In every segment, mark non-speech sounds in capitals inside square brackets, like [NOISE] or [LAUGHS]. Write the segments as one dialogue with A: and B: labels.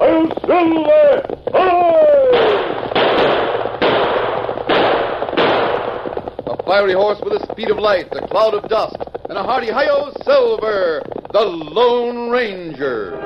A: I'll
B: A fiery horse with the speed of light, a cloud of dust, and a hearty hi-yo silver, the Lone Ranger.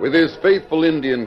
B: With his faithful Indian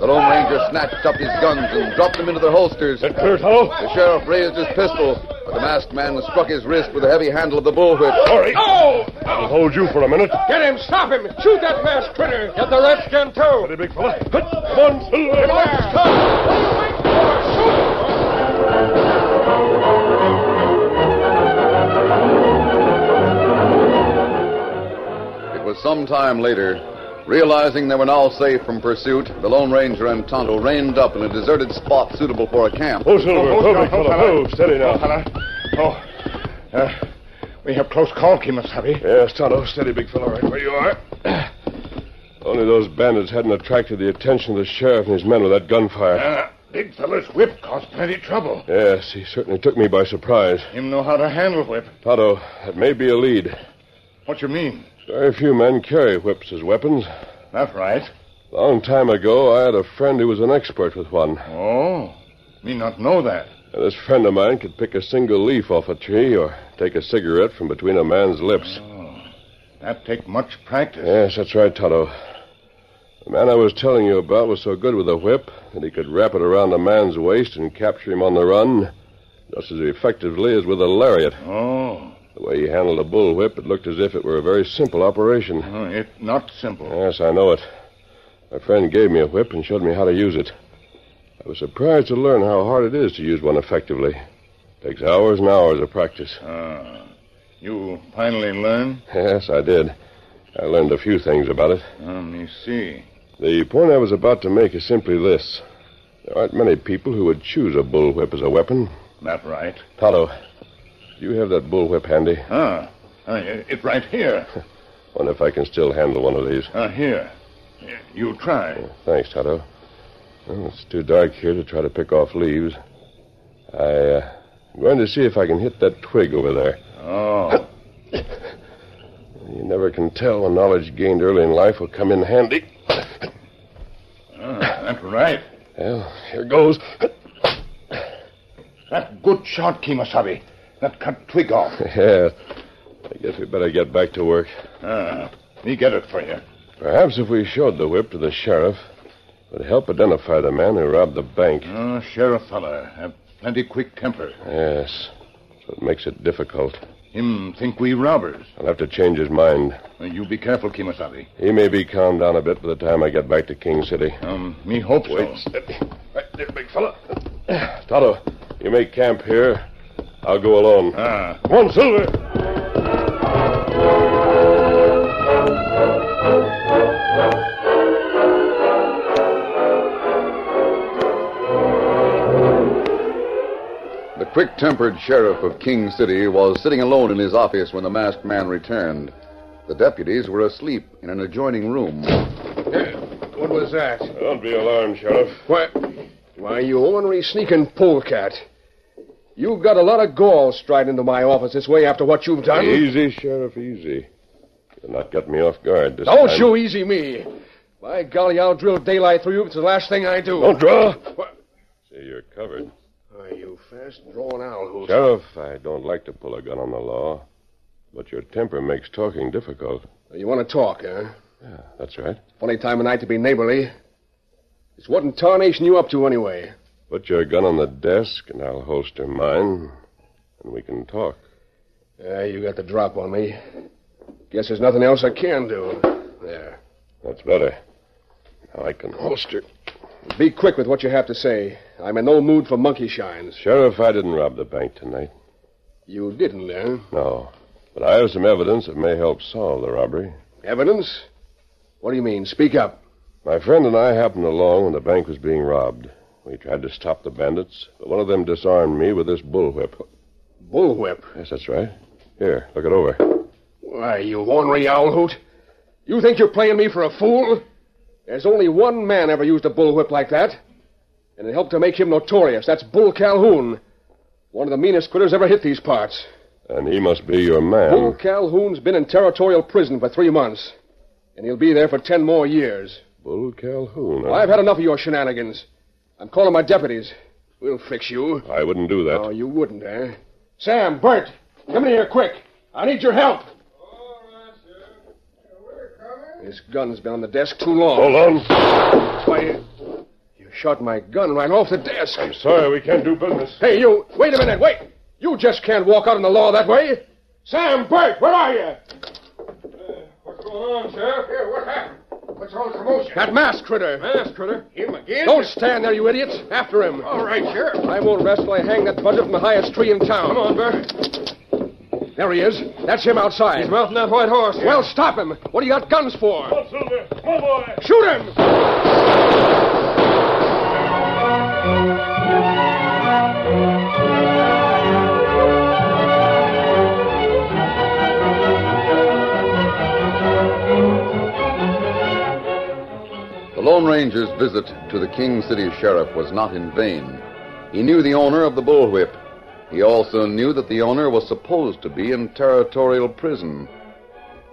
B: The Lone Ranger snatched up his guns and dropped them into their holsters.
C: Get clear, Tonto.
B: The sheriff raised his pistol, but the masked man struck his wrist with the heavy handle of the bullwhip.
C: Sorry.
D: Oh!
C: I'll hold you for a minute.
D: Get him, stop him. Shoot that masked critter. Get the redskin, too.
C: Hey, big fella. Hut. Come on, Silver.
B: It was some time later, realizing they were now safe from pursuit, the Lone Ranger and Tonto reined up in a deserted spot suitable for a camp.
C: Oh, Silver.
A: Oh,
C: Oh,
A: Scout,
C: big
A: oh,
C: fella.
A: fella.
C: Oh, steady
A: Oh,
C: now.
A: fella.
C: Oh. Uh, we have close call, Kimasabi.
A: Yes, Tonto. Steady, big fellow, right where you are. Only those bandits hadn't attracted the attention of the sheriff and his men with that gunfire.
C: Uh, big fella's whip caused plenty trouble.
A: Yes, he certainly took me by surprise.
C: Him know how to handle whip.
A: Tonto, that may be a lead.
C: What you mean?
A: Very few men carry whips as weapons.
C: That's right.
A: Long time ago, I had a friend who was an expert with one.
C: Oh, me not know that.
A: And this friend of mine could pick a single leaf off a tree or take a cigarette from between a man's lips.
C: Oh, That take much practice.
A: Yes, that's right, Tonto. The man I was telling you about was so good with a whip that he could wrap it around a man's waist and capture him on the run just as effectively as with a lariat.
C: Oh,
A: The way he handled a bullwhip, it looked as if it were a very simple operation.
C: oh, it not simple.
A: Yes, I know it. My friend gave me a whip and showed me how to use it. I was surprised to learn how hard it is to use one effectively. Takes hours and hours of practice.
C: Ah, you finally learn?
A: Yes, I did. I learned a few things about it.
C: Let me see.
A: The point I was about to make is simply this. There aren't many people who would choose a bullwhip as a weapon.
C: That right.
A: Tonto, do you have that bullwhip handy?
C: Ah, ah, it it right here.
A: Wonder if I can still handle one of these.
C: Ah, here. You try.
A: Thanks, Tonto. Well, it's too dark here to try to pick off leaves. I, uh, I'm going to see if I can hit that twig over there.
C: Oh,
A: You never can tell when knowledge gained early in life will come in handy.
C: ah, that right.
A: Well, here goes. [LAUGHS]
C: That good shot, Kimasabi. That cut twig off.
A: yeah, I guess we better get back to work.
C: Ah, me get it for you.
A: Perhaps if we showed the whip to the sheriff, it would help identify the man who robbed the bank.
C: Oh, sheriff fella have plenty quick temper.
A: Yes, so it makes it difficult.
C: Him think we robbers.
A: I'll have to change his mind.
C: Uh, You be careful, Kimasabi.
A: He may be calmed down a bit by the time I get back to King City.
C: Um, me hope so.
A: Right there, big fella. Tonto, you make camp here. I'll go alone.
C: Ah,
A: Come on, Silver.
B: The quick tempered sheriff of King City was sitting alone in his office when the masked man returned. The deputies were asleep in an adjoining room.
D: What was that?
A: Don't be alarmed, Sheriff.
D: Why, why, you ornery sneaking polecat. You got a lot of gall striding into my office this way after what you've done.
A: Easy, Sheriff, easy. You'll not get me off guard this
D: Don't
A: time.
D: you easy me. By golly, I'll drill daylight through you if it's the last thing I do.
A: Don't draw.
D: What?
A: See, you're covered.
D: Are you fast drawing owl who's
A: Sheriff, I don't like to pull a gun on the law, but your temper makes talking difficult.
D: You want to talk, huh?
A: That's right.
D: Funny time of night to be neighborly. It's what in tarnation you up to anyway.
A: Put your gun on the desk, and I'll holster mine, and we can talk.
D: Uh, you got the drop on me. Guess there's nothing else I can do. There.
A: That's better. Now I can holster.
D: Be quick with what you have to say. I'm in no mood for monkey shines.
A: Sheriff, I didn't rob the bank tonight.
D: You didn't, eh?
A: No. But I have some evidence that may help solve the robbery.
D: Evidence? What do you mean? Speak up.
A: My friend and I happened along when the bank was being robbed. We tried to stop the bandits, but one of them disarmed me with this bullwhip.
D: Bullwhip.
A: Yes, that's right. Here, look it over.
D: Why, you ornery owl hoot. You think you're playing me for a fool? There's only one man ever used a bullwhip like that. And it helped to make him notorious. That's Bull Calhoun. One of the meanest critters ever hit these parts.
A: And he must be your
D: Bull
A: man.
D: Calhoun's been in territorial prison for three months. And he'll be there for ten more years.
A: Bull Calhoun. huh?
D: I've had enough of your shenanigans. I'm calling my deputies. We'll fix you.
A: I wouldn't do that.
D: Oh, you wouldn't, eh? Sam, Bert, come in here quick. I need your help. This gun's been on the desk too long.
A: Hold on.
D: That's why you, you shot my gun right off the desk.
A: I'm sorry, we can't do business.
D: Hey, you, wait a minute, wait. You just can't walk out on the law that way. Sam, Bert, where are you?
C: Uh, What's going on, Sheriff? Here, what happened? What's all the commotion?
D: That masked critter.
C: Mass critter. Him again?
D: Don't stand there, you idiots. After him.
C: All right, Sheriff.
D: I won't rest till I hang that buzzard from the highest tree in town.
C: Come on, Bert.
D: There he is. That's him outside.
C: He's mounting that white horse.
D: Well, stop him. What do you got guns for?
E: Come on, Silver. Come on, boy.
D: Shoot him!
B: The Lone Ranger's visit to the King City Sheriff was not in vain. He knew the owner of the bullwhip. He also knew that the owner was supposed to be in territorial prison.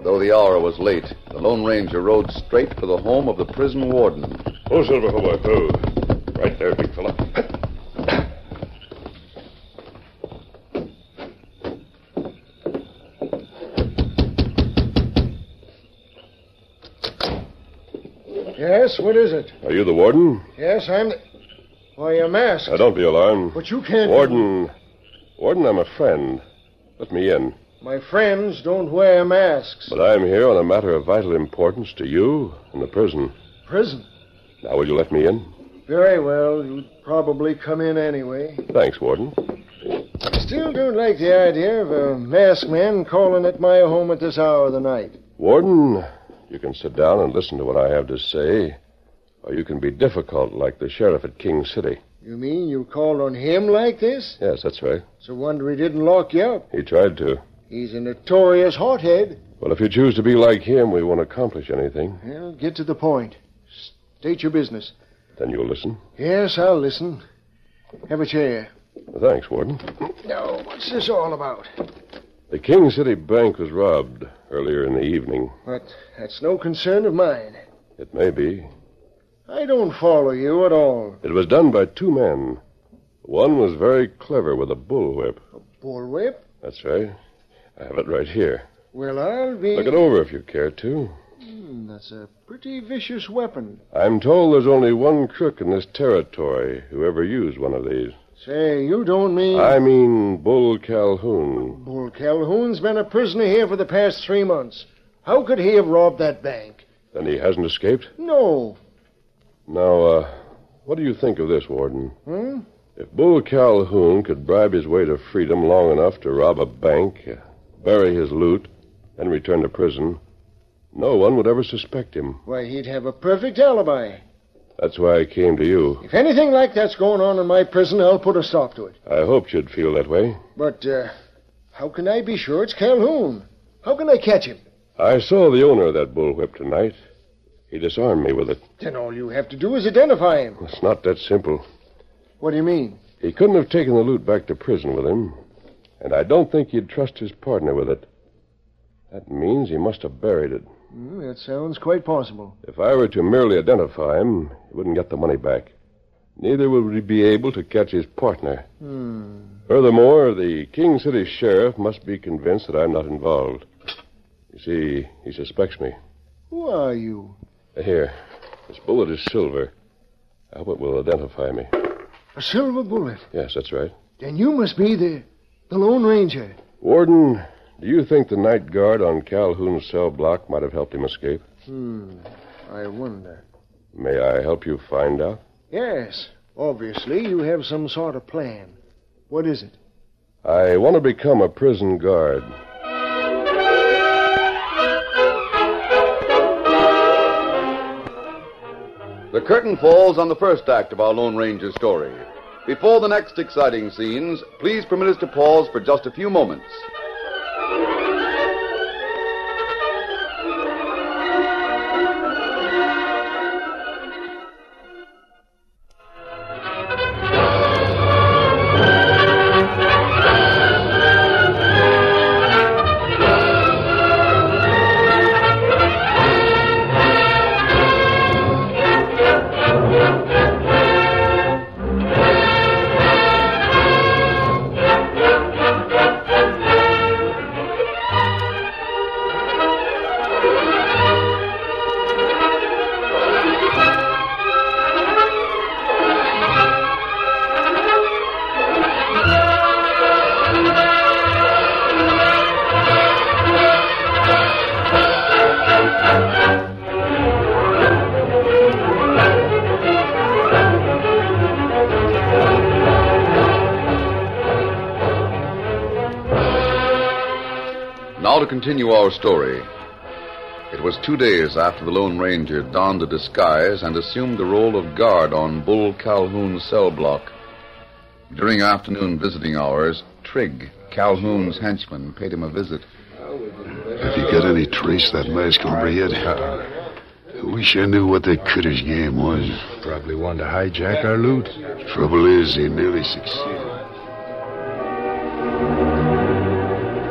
B: Though the hour was late, the Lone Ranger rode straight for the home of the prison warden.
A: Oh, Silver, oh, oh. Right there, big fella.
C: Yes, what is it?
A: Are you the warden?
C: Yes, I'm the. Why, you're masked.
A: Now, don't be alarmed.
C: But you can't.
A: Warden. Warden, I'm a friend. Let me in.
C: My friends don't wear masks.
A: But I'm here on a matter of vital importance to you and the prison.
C: Prison.
A: Now, will you let me in?
C: Very well. You'd probably come in anyway.
A: Thanks, Warden.
C: Still don't like the idea of a masked man calling at my home at this hour of the night.
A: Warden, you can sit down and listen to what I have to say, or you can be difficult like the sheriff at King City.
C: You mean you called on him like this?
A: Yes, that's right.
C: It's a wonder he didn't lock you up.
A: He tried to.
C: He's a notorious hothead.
A: Well, if you choose to be like him, we won't accomplish anything.
C: Well, get to the point. State your business.
A: Then you'll listen.
C: Yes, I'll listen. Have a chair.
A: Thanks, Warden. [CLEARS THROAT]
C: No, what's this all about?
A: The King City Bank was robbed earlier in the evening.
C: But that's no concern of mine.
A: It may be.
C: I don't follow you at all.
A: It was done by two men. One was very clever with a bullwhip.
C: Bullwhip?
A: That's right. I have it right here.
C: Well, I'll be.
A: Look it over if you care to.
C: Hmm, that's a pretty vicious weapon.
A: I'm told there's only one crook in this territory who ever used one of these.
C: Say, you don't mean.
A: I mean Bull Calhoun.
C: Bull Calhoun's been a prisoner here for the past three months. How could he have robbed that bank?
A: Then he hasn't escaped?
C: No.
A: Now, uh, what do you think of this, Warden?
C: Hmm?
A: If Bull Calhoun could bribe his way to freedom long enough to rob a bank, uh, bury his loot, and return to prison, no one would ever suspect him.
C: Why, he'd have a perfect alibi.
A: That's why I came to you.
C: If anything like that's going on in my prison, I'll put a stop to it.
A: I hoped you'd feel that way.
C: But uh, how can I be sure it's Calhoun? How can I catch him?
A: I saw the owner of that bullwhip tonight. He disarmed me with it.
C: Then all you have to do is identify him.
A: It's not that simple.
C: What do you mean?
A: He couldn't have taken the loot back to prison with him, and I don't think he'd trust his partner with it. That means he must have buried it.
C: Hmm, that sounds quite possible.
A: If I were to merely identify him, he wouldn't get the money back. Neither would we be able to catch his partner. Furthermore, the King City sheriff must be convinced that I'm not involved. You see, he suspects me.
C: Who are you?
A: Here, this bullet is silver. I hope it will identify me.
C: A silver bullet.
A: Yes, that's right.
C: Then you must be the the Lone Ranger.
A: Warden, do you think the night guard on Calhoun's cell block might have helped him escape?
C: Hmm. I wonder.
A: May I help you find out?
C: Yes. Obviously, you have some sort of plan. What is it?
A: I want to become a prison guard.
B: The curtain falls on the first act of our Lone Ranger story. Before the next exciting scenes, please permit us to pause for just a few moments. Now to continue our story. It was two days after the Lone Ranger donned a disguise and assumed the role of guard on Bull Calhoun's cell block. During afternoon visiting hours, Trigg, Calhoun's henchman, paid him a visit.
F: Have you got any trace of that masked hombre yet? I wish I knew what that critter's game was.
G: Probably wanted to hijack our loot.
F: Trouble is, he nearly succeeded.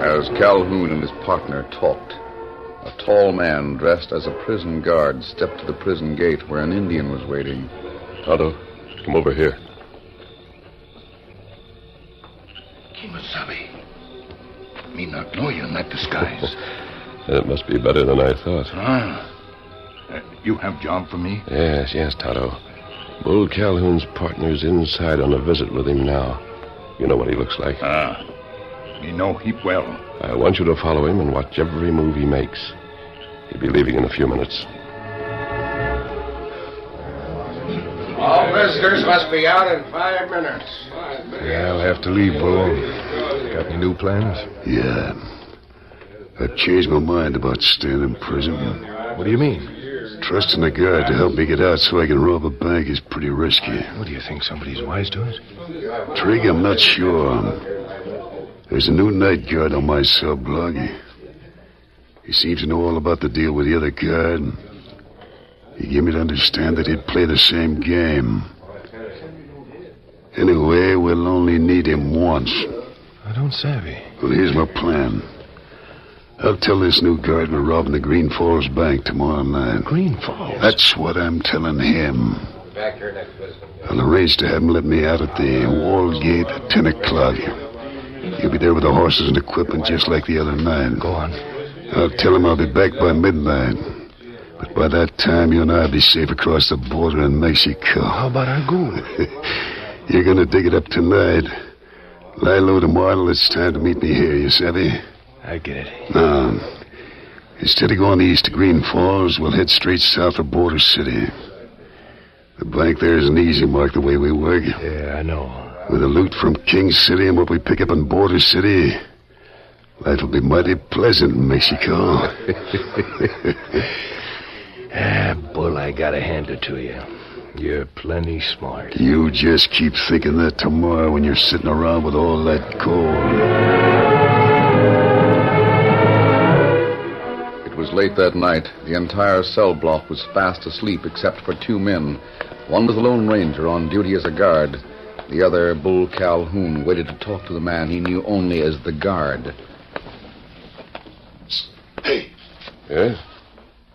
B: As Calhoun and his partner talked, a tall man dressed as a prison guard stepped to the prison gate where an Indian was waiting.
A: Tonto, come over here.
G: Kimasabi. Me not know you in that
B: [LAUGHS]
G: disguise.
A: That must be better than I thought.
G: ah. Uh, you have job for me?
A: Yes, yes, Tonto. Bull Calhoun's partner's inside on a visit with him now. You know what he looks like.
G: Ah. Me know heap well.
A: I want you to follow him and watch every move he makes. He'll be leaving in a few minutes.
D: All visitors must be out in five minutes.
G: Yeah, I'll have to leave, Bull. Got any new plans?
F: Yeah. I've changed my mind about staying in prison.
G: What do you mean?
F: Trusting a guard to help me get out so I can rob a bank is pretty risky.
G: What do you think? Somebody's wise to us?
F: Trig, I'm not sure. There's a new night guard on my cell block. He seems to know all about the deal with the other guard. He gave me to understand that he'd play the same game. Anyway, we'll only need him once.
G: I don't savvy.
F: Well, here's my plan. I'll tell this new guard we're robbing the Green Falls Bank tomorrow night.
G: Green Falls.
F: That's what I'm telling him. I'll arrange to have him let me out at the wall gate at 10 o'clock. He'll be there with the horses and equipment just like the other night.
G: Go on.
F: I'll tell him I'll be back by midnight. But by that time, you and I'll be safe across the border in Mexico.
G: How about our goon?
F: [LAUGHS] You're gonna dig it up tonight. Lie low tomorrow. It's time to meet me here, you savvy?
G: I get it.
F: Now, Um, instead of going east to Green Falls, we'll head straight south of Border City. The bank there is an easy mark the way we work.
G: Yeah, I know.
F: With the loot from King City and what we pick up in Border City, life will be mighty pleasant in Mexico.
G: Ah, Bull, I gotta hand it to you. You're plenty smart.
F: You just keep thinking that tomorrow when you're sitting around with all that coal.
B: It was late that night. The entire cell block was fast asleep except for two men. One was the Lone Ranger on duty as a guard. The other, Bull Calhoun, waited to talk to the man he knew only as the guard.
F: Hey,
A: Yes?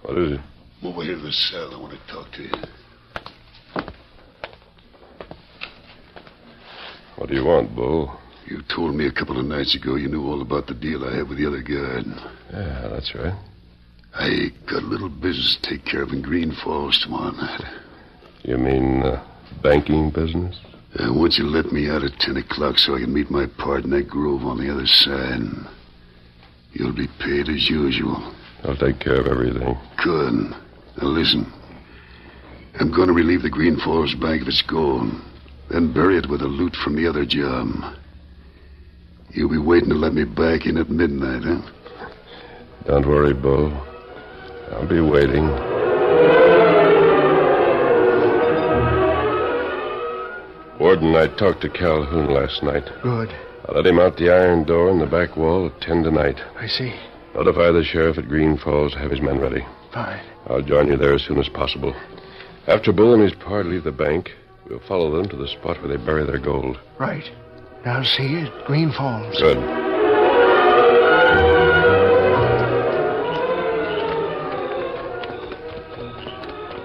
A: What is it?
F: move over here to the cell. I want to talk to you.
A: What do you want, Bull?
F: You told me a couple of nights ago you knew all about the deal I had with the other guard.
A: Yeah, that's right.
F: I got a little business to take care of in Uh, Green Falls tomorrow night.
A: You mean uh, banking business?
F: I want you to let me out at 10 o'clock so I can meet my partner at Grove on the other side. You'll be paid as usual.
A: I'll take care of everything.
F: Good. Now listen. I'm going to relieve the Green Falls Bank of its gold, then bury it with the loot from the other job. You'll be waiting to let me back in at midnight, huh?
A: Don't worry, Bull. I'll be waiting. Warden, I talked to Calhoun last night.
H: Good.
A: I let him out the iron door in the back wall at 10 tonight.
H: I see.
A: Notify the sheriff at Green Falls to have his men ready.
H: Fine.
A: I'll join you there as soon as possible. After Bull and his party leave the bank, we'll follow them to the spot where they bury their gold.
H: Right. Now see it. Green Falls.
A: Good.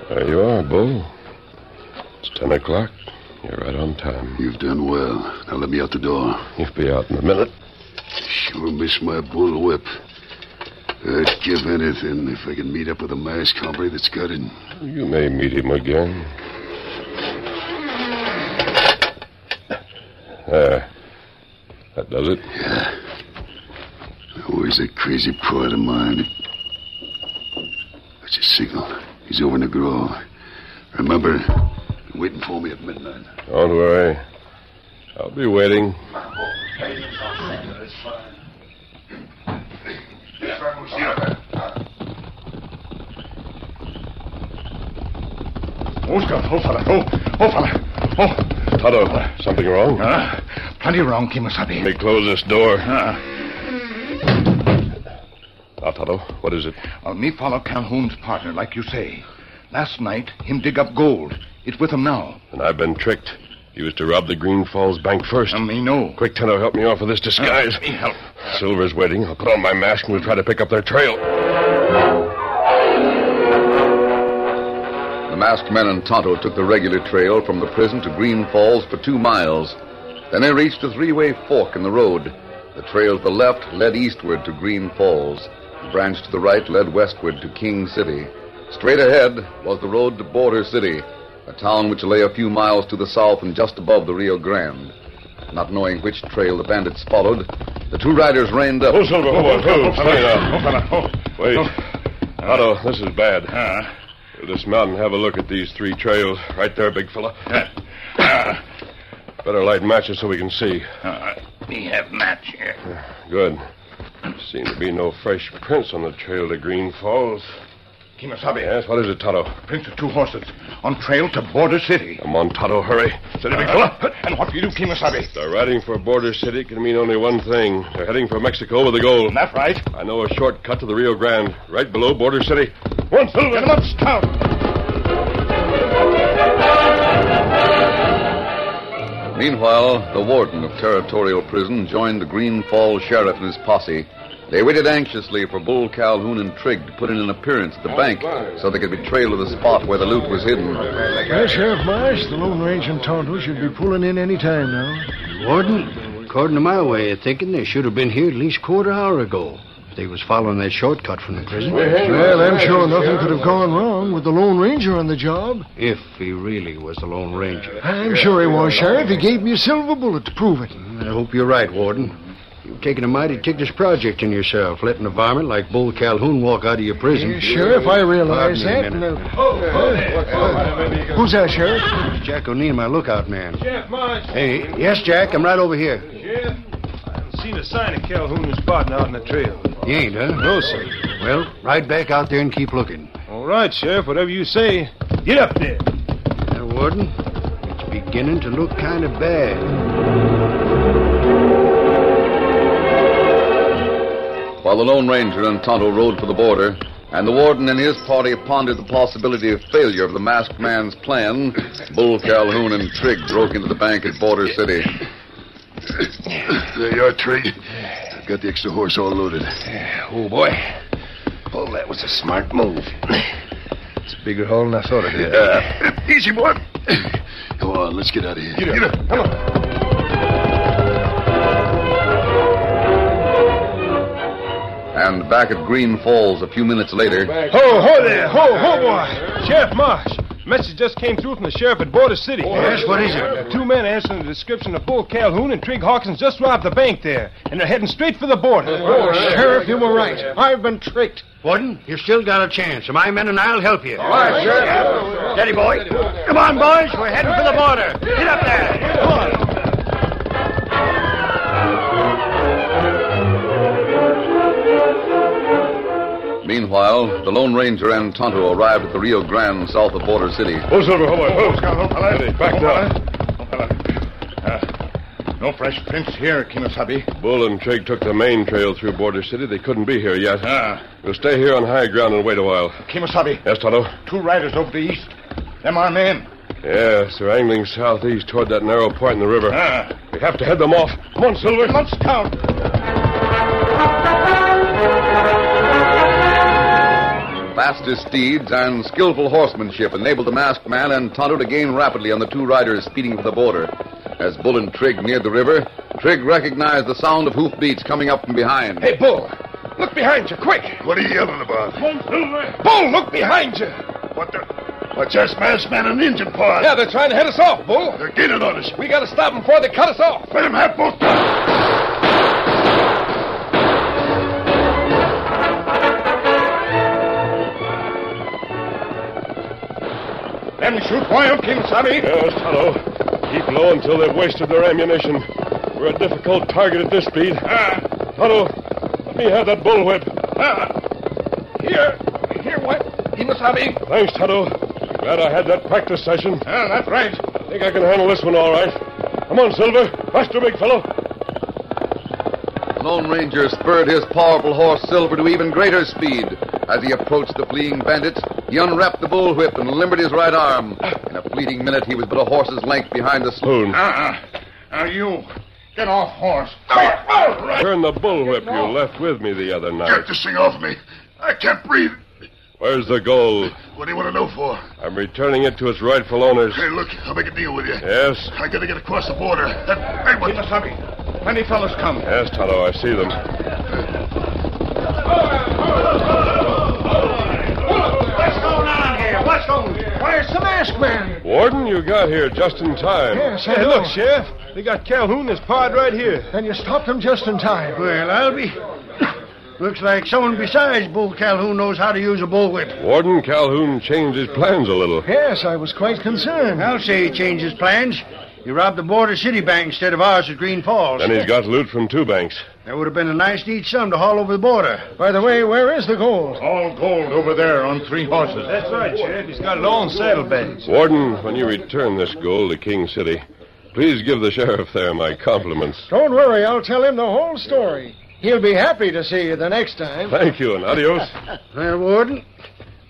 A: There you are, Bull. It's 10 o'clock. You're right on time.
F: You've done well. Now let me out the door.
A: You'll be out in a minute.
F: Sure miss my bull whip. I'd give anything if I could meet up with a masked hombre that's got it.
A: You may meet him again. There. That does it.
F: Always a crazy part of mine. That's a signal. He's over in the grove. Remember, waiting for me at midnight.
A: Don't worry. I'll be waiting.
C: Oscar, oh, fella, oh, oh, fella. Oh,
A: Toto, something wrong?
C: uh, plenty wrong, Kimasabi.
A: Let me close this door.
C: Uh,
A: Now, Toto, what is it?
C: uh, me follow Calhoun's partner, like you say. Last night, him dig up gold. It's with him now.
A: And I've been tricked. He was to rob the Green Falls Bank first.
C: Uh, me know.
A: Quick, Toto, help me off with this disguise.
C: Uh, me help.
A: Silver's waiting. I'll put on my mask and we'll try to pick up their trail.
B: The masked men and Tonto took the regular trail from the prison to Green Falls for two miles. Then they reached a three way fork in the road. The trail to the left led eastward to Green Falls. The branch to the right led westward to King City. Straight ahead was the road to Border City, a town which lay a few miles to the south and just above the Rio Grande. Not knowing which trail the bandits followed, the two riders reined up.
A: Oh, Silver, hold on. Hold on. Stay
C: Oh,
A: down.
C: fella, oh.
A: uh, Wait. Toto, this is bad.
C: Uh,
A: We'll dismount and have a look at these three trails. Right there, big fella. Better light matches so we can see.
C: uh, me have match here.
A: Good. Seem to be no fresh prints on the trail to Green Falls.
C: Kimasabi, uh,
A: Yes, what is it, Toto?
C: prince of two horses, on trail to Border City.
A: Come on, Toto, hurry. Sit
C: Big fella, and what we do, Kimasabi?
A: They're riding for Border City can mean only one thing. They're heading for Mexico with the gold.
C: That's right.
A: I know a shortcut to the Rio Grande, right below Border City.
C: One silver. Get him up, stout.
B: Meanwhile, the warden of Territorial Prison joined the Green Falls sheriff and his posse. They waited anxiously for Bull Calhoun and Trigg to put in an appearance at the bank so they could be trailed to the spot where the loot was hidden.
E: Well, Sheriff Marsh, the Lone Ranger and Tonto should be pulling in any time now.
H: Warden, according to my way of thinking, they should have been here at least quarter hour ago. If They was following that shortcut from the prison.
E: Well, I'm sure nothing could have gone wrong with the Lone Ranger on the job.
H: If he really was the Lone Ranger.
E: I'm sure he was, Sheriff. He gave me a silver bullet to prove it.
H: I hope you're right, Warden. You've taken a mighty ticklish project in yourself, letting a varmint like Bull Calhoun walk out of your prison.
E: Yeah, Sheriff, I realize that.
H: Pardon
E: and,
H: me a
E: uh, uh, who's that, Sheriff?
H: minute. Jack O'Neill, my lookout man. Jack Marsh. Hey, yes, Jack, I'm right over here.
D: Seen a sign of Calhoun's spotting out on the trail.
H: You ain't, huh? No, sir. Well, ride back out there and keep looking.
D: All right, Sheriff, whatever you say. Get up there.
H: Now, Warden, it's beginning to look kind of bad.
B: While the Lone Ranger and Tonto rode for the border, and the warden and his party pondered the possibility of failure of the masked man's plan, Bull Calhoun and Trigg broke into the bank at Border City.
F: There you are, Trey. I've got the extra horse all loaded.
H: Oh, boy. Oh, that was a smart move. It's a bigger hole than I thought it did.
F: Easy, boy. Come on, let's get out of here.
B: And back at Green Falls a few minutes later,
D: Ho, ho there. Ho, ho, boy. Sheriff Marsh. Message just came through from the sheriff at Border City.
H: Yes, what is it?
D: Two men answering the description of Bull Calhoun and Trig Hawkins just robbed the bank there, and they're heading straight for the border.
E: Oh, Sheriff, you were right. I've been tricked.
H: Warden, you still got a chance. My men and I'll help you. All
E: right,
H: Sheriff. Steady, boy. Come on, boys. We're heading for the border. Get up there. Come on.
B: meanwhile, the Lone Ranger and Tonto arrived at the Rio Grande south of Border City.
A: Oh, Silver, hold on. Hold on. Back down.
C: Uh, No fresh prints here, Kimasabi.
A: Bull and Trig took the main trail through Border City. They couldn't be here yet.
C: Ah.
A: We'll stay here on high ground and wait a while.
C: Kimasabi,
A: Yes, Tonto?
C: two riders over the east. Them our men.
A: Yes, they're angling southeast toward that narrow point in the river.
C: Ah.
A: We have to head them off. Come on, Silver.
C: Let's count.
B: Fastest steeds and skillful horsemanship enabled the masked man and Tonto to gain rapidly on the two riders speeding for the border. As Bull and Trig neared the river, Trig recognized the sound of hoofbeats coming up from behind.
I: Hey, Bull, look behind you, quick.
F: What are you yelling about?
I: Bull, look behind you.
F: What the? What's that smash man an engine part?
I: Yeah, they're trying to head us off, Bull.
F: They're gaining on us.
I: We gotta stop them before they cut us off.
F: Let him have both.
I: Let me shoot wild, Kimasabi.
A: Yes, Tonto. Keep low until they've wasted their ammunition. We're a difficult target at this speed. Ah. Tonto, let me have that bullwhip.
I: Here, here, what? Kimasabi.
A: Thanks, Tonto. Glad I had that practice session.
I: Ah, that's right.
A: I think I can handle this one all right. Come on, Silver. Faster, big fellow.
B: The Lone Ranger spurred his powerful horse Silver to even greater speed. As he approached the fleeing bandits, he unwrapped the bullwhip and limbered his right arm. In a fleeting minute, he was but a horse's length behind the sloop.
A: Boone.
C: Uh-uh. Now, you, get off horse.
A: Turn the bullwhip you left with me the other night.
F: Get this thing off me. I can't breathe.
A: Where's the gold?
F: What do you want to know for?
A: I'm returning it to its rightful owners.
F: Hey, look, I'll make a deal with you.
A: Yes.
F: I gotta get across the border. That- Hey, what?
C: Kimasabi, plenty fellas come.
A: Yes, Tonto, I see them.
C: What's going on here? What's going on? Where's the masked man?
A: Warden, you got here just in time.
J: Yes, I
I: Hey,
J: know.
I: look, Sheriff. They got Calhoun and his pard right here.
J: And you stopped them just in time.
D: Well, I'll be. [COUGHS] Looks like someone besides Bull Calhoun knows how to use a bullwhip.
A: Warden Calhoun changed his plans a little.
J: Yes, I was quite concerned.
D: I'll say he changed his plans. He robbed the border city bank instead of ours at Green Falls.
A: Then he's got loot from two banks.
D: That would have been a nice neat sum to haul over the border.
J: By the way, where is the gold?
C: All gold over there on three horses.
I: That's right, Sheriff. He's got long saddlebags.
A: Warden, when you return this gold to King City, please give the sheriff there my compliments.
J: Don't worry, I'll tell him the whole story. He'll be happy to see you the next time.
A: Thank you, and adios.
D: Well, Warden,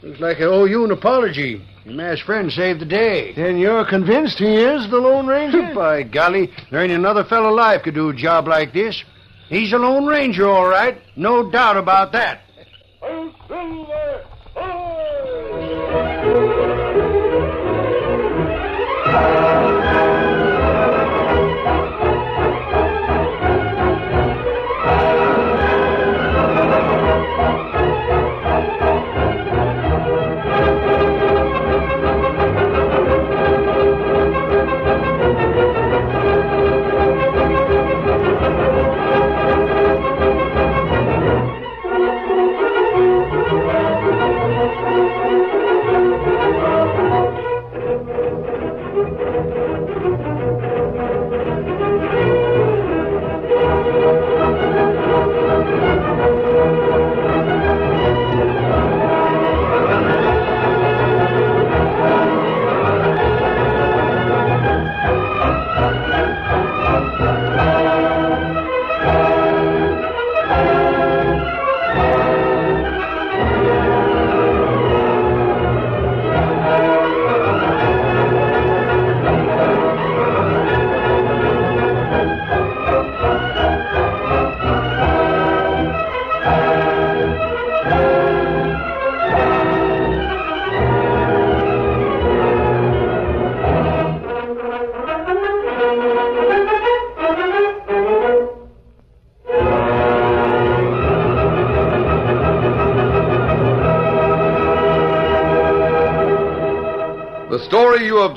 D: looks like I owe you an apology. Your masked friend saved the day.
J: Then you're convinced he is the Lone Ranger?
D: [LAUGHS] By golly, there ain't another fellow alive could do a job like this. He's a Lone Ranger, all right. No doubt about that.
E: I'll Silver! Hi!
B: The story you have